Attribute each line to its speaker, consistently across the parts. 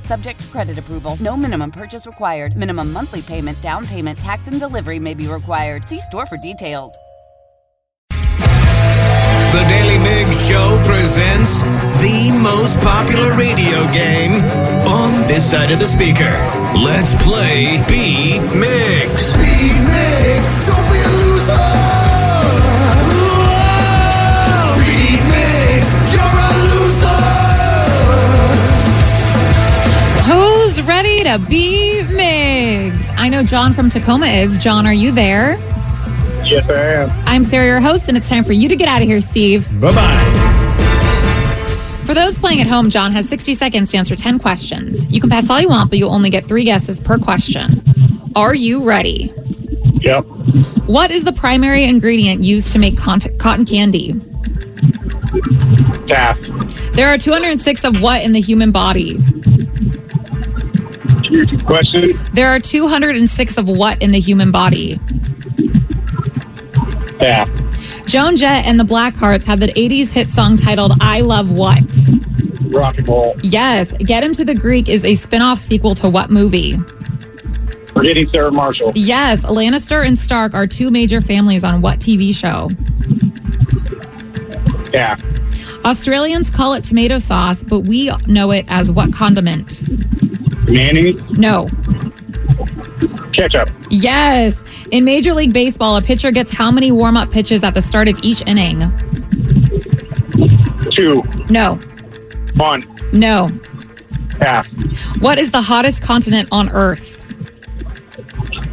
Speaker 1: Subject to credit approval, no minimum purchase required. Minimum monthly payment, down payment, tax, and delivery may be required. See store for details.
Speaker 2: The Daily Mix Show presents the most popular radio game on this side of the speaker. Let's play B Mix. B Mix, don't be a loser. Beat Mix, you're a loser.
Speaker 3: Who's ready to be Migs? I know John from Tacoma is. John, are you there?
Speaker 4: Yes, I am.
Speaker 3: I'm Sarah, your host, and it's time for you to get out of here, Steve.
Speaker 4: Bye bye.
Speaker 3: For those playing at home, John has 60 seconds to answer 10 questions. You can pass all you want, but you'll only get three guesses per question. Are you ready?
Speaker 4: Yep.
Speaker 3: What is the primary ingredient used to make cont- cotton candy?
Speaker 4: Pass.
Speaker 3: There are 206 of what in the human body?
Speaker 4: Question.
Speaker 3: There are 206 of what in the human body?
Speaker 4: Pass.
Speaker 3: Joan Jett and the Blackhearts had that 80s hit song titled I Love What?
Speaker 4: Rock and roll.
Speaker 3: Yes, Get Him to the Greek is a spin off sequel to what movie?
Speaker 4: Forgetting Sarah Marshall.
Speaker 3: Yes, Lannister and Stark are two major families on what TV show?
Speaker 4: Pass.
Speaker 3: Australians call it tomato sauce, but we know it as what condiment?
Speaker 4: Manny.
Speaker 3: No.
Speaker 4: Ketchup.
Speaker 3: Yes. In Major League Baseball, a pitcher gets how many warm up pitches at the start of each inning?
Speaker 4: Two.
Speaker 3: No.
Speaker 4: One.
Speaker 3: No.
Speaker 4: Pass.
Speaker 3: What is the hottest continent on Earth?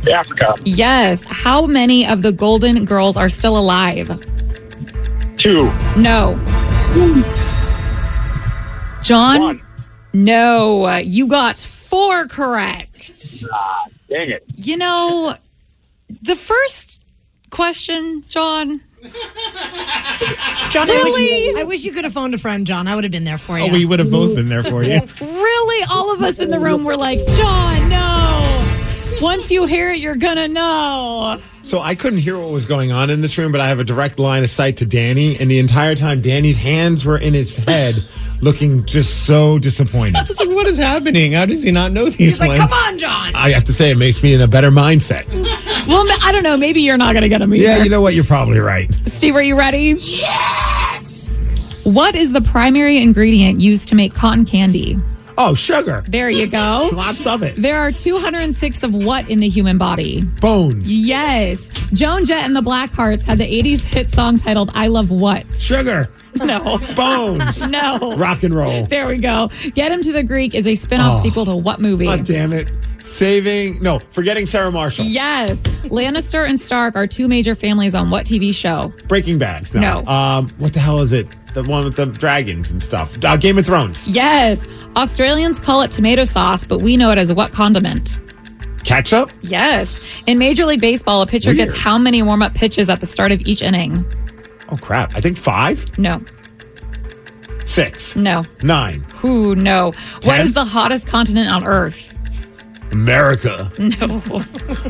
Speaker 4: Africa.
Speaker 3: Yes. How many of the Golden Girls are still alive?
Speaker 4: Two.
Speaker 3: No. John?
Speaker 4: One.
Speaker 3: No, you got four correct.
Speaker 4: Dang it.
Speaker 3: You know, the first question, John.
Speaker 5: John, I, wish
Speaker 3: Really?
Speaker 5: you, I wish you could have phoned a friend, John. I would have been there for you.
Speaker 6: Oh, we would have both been there for you.
Speaker 3: Really, all of us in the room were like, John, no. Once you hear it, you're gonna know.
Speaker 6: So I couldn't hear what was going on in this room, but I have a direct line of sight to Danny, and the entire time Danny's hands were in his head, looking just so disappointed. I was like, "What is happening? How does he not know these
Speaker 5: He's like, come on, John.
Speaker 6: I have to say, it makes me in a better mindset.
Speaker 3: Well, ma- I don't know. Maybe you're not gonna get him either.
Speaker 6: Yeah, you know what? You're probably right.
Speaker 3: Steve, are you ready? Yes. What is the primary ingredient used to make cotton candy?
Speaker 6: Oh, sugar.
Speaker 3: There you go.
Speaker 6: Lots of it.
Speaker 3: There are 206 of what in the human body?
Speaker 6: Bones.
Speaker 3: Yes. Joan Jett and the Blackhearts had the 80s hit song titled I Love What?
Speaker 6: Sugar.
Speaker 3: No.
Speaker 6: Bones.
Speaker 3: No.
Speaker 6: Rock and roll.
Speaker 3: There we go. Get Him to the Greek is a spin off
Speaker 6: Oh.
Speaker 3: sequel to what movie?
Speaker 6: God damn it. Saving. No, forgetting Sarah Marshall.
Speaker 3: Yes. Lannister and Stark are two major families on what TV show?
Speaker 6: Breaking Bad.
Speaker 3: No.
Speaker 6: Um, what the hell is it? The one with the dragons and stuff. Uh, Game of Thrones.
Speaker 3: Yes. Australians call it tomato sauce, but we know it as what condiment?
Speaker 6: Ketchup.
Speaker 3: Yes. In Major League Baseball, a pitcher
Speaker 6: Weird.
Speaker 3: gets how many warm up pitches at the start of each inning?
Speaker 6: Oh crap! I think five,
Speaker 3: No.
Speaker 6: six,
Speaker 3: No.
Speaker 6: nine.
Speaker 3: Who? No. What
Speaker 6: Ten?
Speaker 3: is the hottest continent on Earth?
Speaker 6: America.
Speaker 3: No.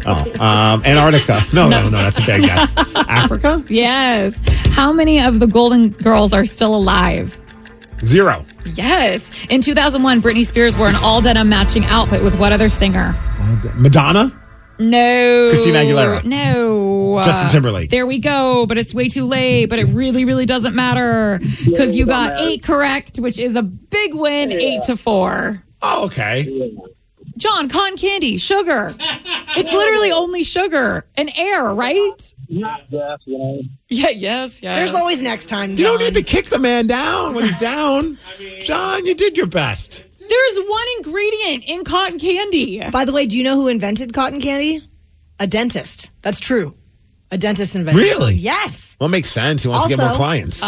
Speaker 6: Oh, um, Antarctica. No, no, no, That's a bad guess. Africa.
Speaker 3: Yes. How many of the Golden Girls are still alive?
Speaker 6: Zero.
Speaker 3: Yes. In 2001, Britney Spears wore an all denim matching outfit with what other singer?
Speaker 6: Madonna.
Speaker 3: No.
Speaker 6: Christina Aguilera.
Speaker 3: No. Uh,
Speaker 6: Justin Timberlake.
Speaker 3: There we go. But it's way too late. But it really, really doesn't matter because you got eight correct, which is a big win, eight to four.
Speaker 6: Oh, okay.
Speaker 3: John, cotton candy, sugar. It's literally only sugar and air, right? Yeah, yes, yes.
Speaker 5: There's always next time, John.
Speaker 6: You don't need to kick the man down when he's down. John, you did your best.
Speaker 3: There's one ingredient in cotton candy.
Speaker 5: By the way, do you know who invented cotton candy? A dentist. That's true. A dentist invented. it.
Speaker 6: Really?
Speaker 5: Yes.
Speaker 6: Well, it makes sense. He wants to get more
Speaker 5: Also-
Speaker 6: clients.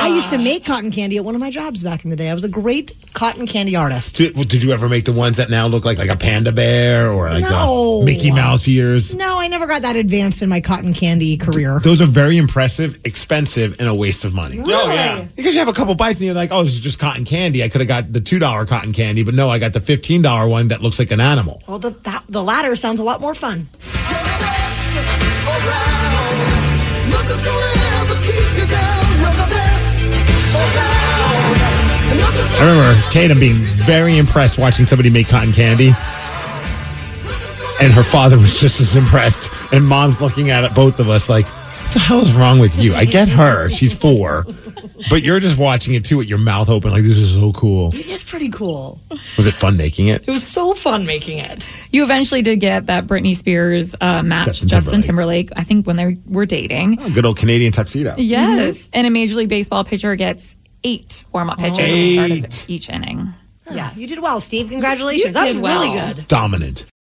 Speaker 5: I used to make cotton candy at one of my jobs back in the day. I was a great cotton candy artist.
Speaker 6: did, well, did you ever make the ones that now look like like a panda bear or like
Speaker 5: No.
Speaker 6: a Mickey Mouse ears?
Speaker 5: No, I never got that advanced in my cotton candy career.
Speaker 6: Those are very impressive, expensive, and a waste of money.
Speaker 5: Oh, yeah.
Speaker 6: Because you have a couple bites and you're like, oh, this is just cotton candy. I could have got the $2 cotton candy, but no, I got the $15 one that looks like an animal.
Speaker 5: Well, the, that, the latter sounds a lot more fun.
Speaker 6: I remember Tatum being very impressed watching somebody make cotton candy. And her father was just as impressed. And mom's looking at it, both of us like, what the hell is wrong with you? I get her. She's four. But you're just watching it too with your mouth open, like, this is so cool.
Speaker 5: It is pretty cool.
Speaker 6: Was it fun making it?
Speaker 5: It was so fun making it.
Speaker 7: You eventually did get that Britney Spears uh, match,
Speaker 6: Justin
Speaker 7: Justin,
Speaker 6: Timberlake.
Speaker 7: Timberlake. I think when they were dating.
Speaker 6: Good old Canadian tuxedo.
Speaker 7: Yes. And a Major League Baseball pitcher gets eight warm up pitches at the start
Speaker 6: Eight.
Speaker 7: of each inning. Yes.
Speaker 5: You did well, Steve. Congratulations. that was
Speaker 7: did
Speaker 5: really
Speaker 7: well.
Speaker 5: good.
Speaker 6: Dominant.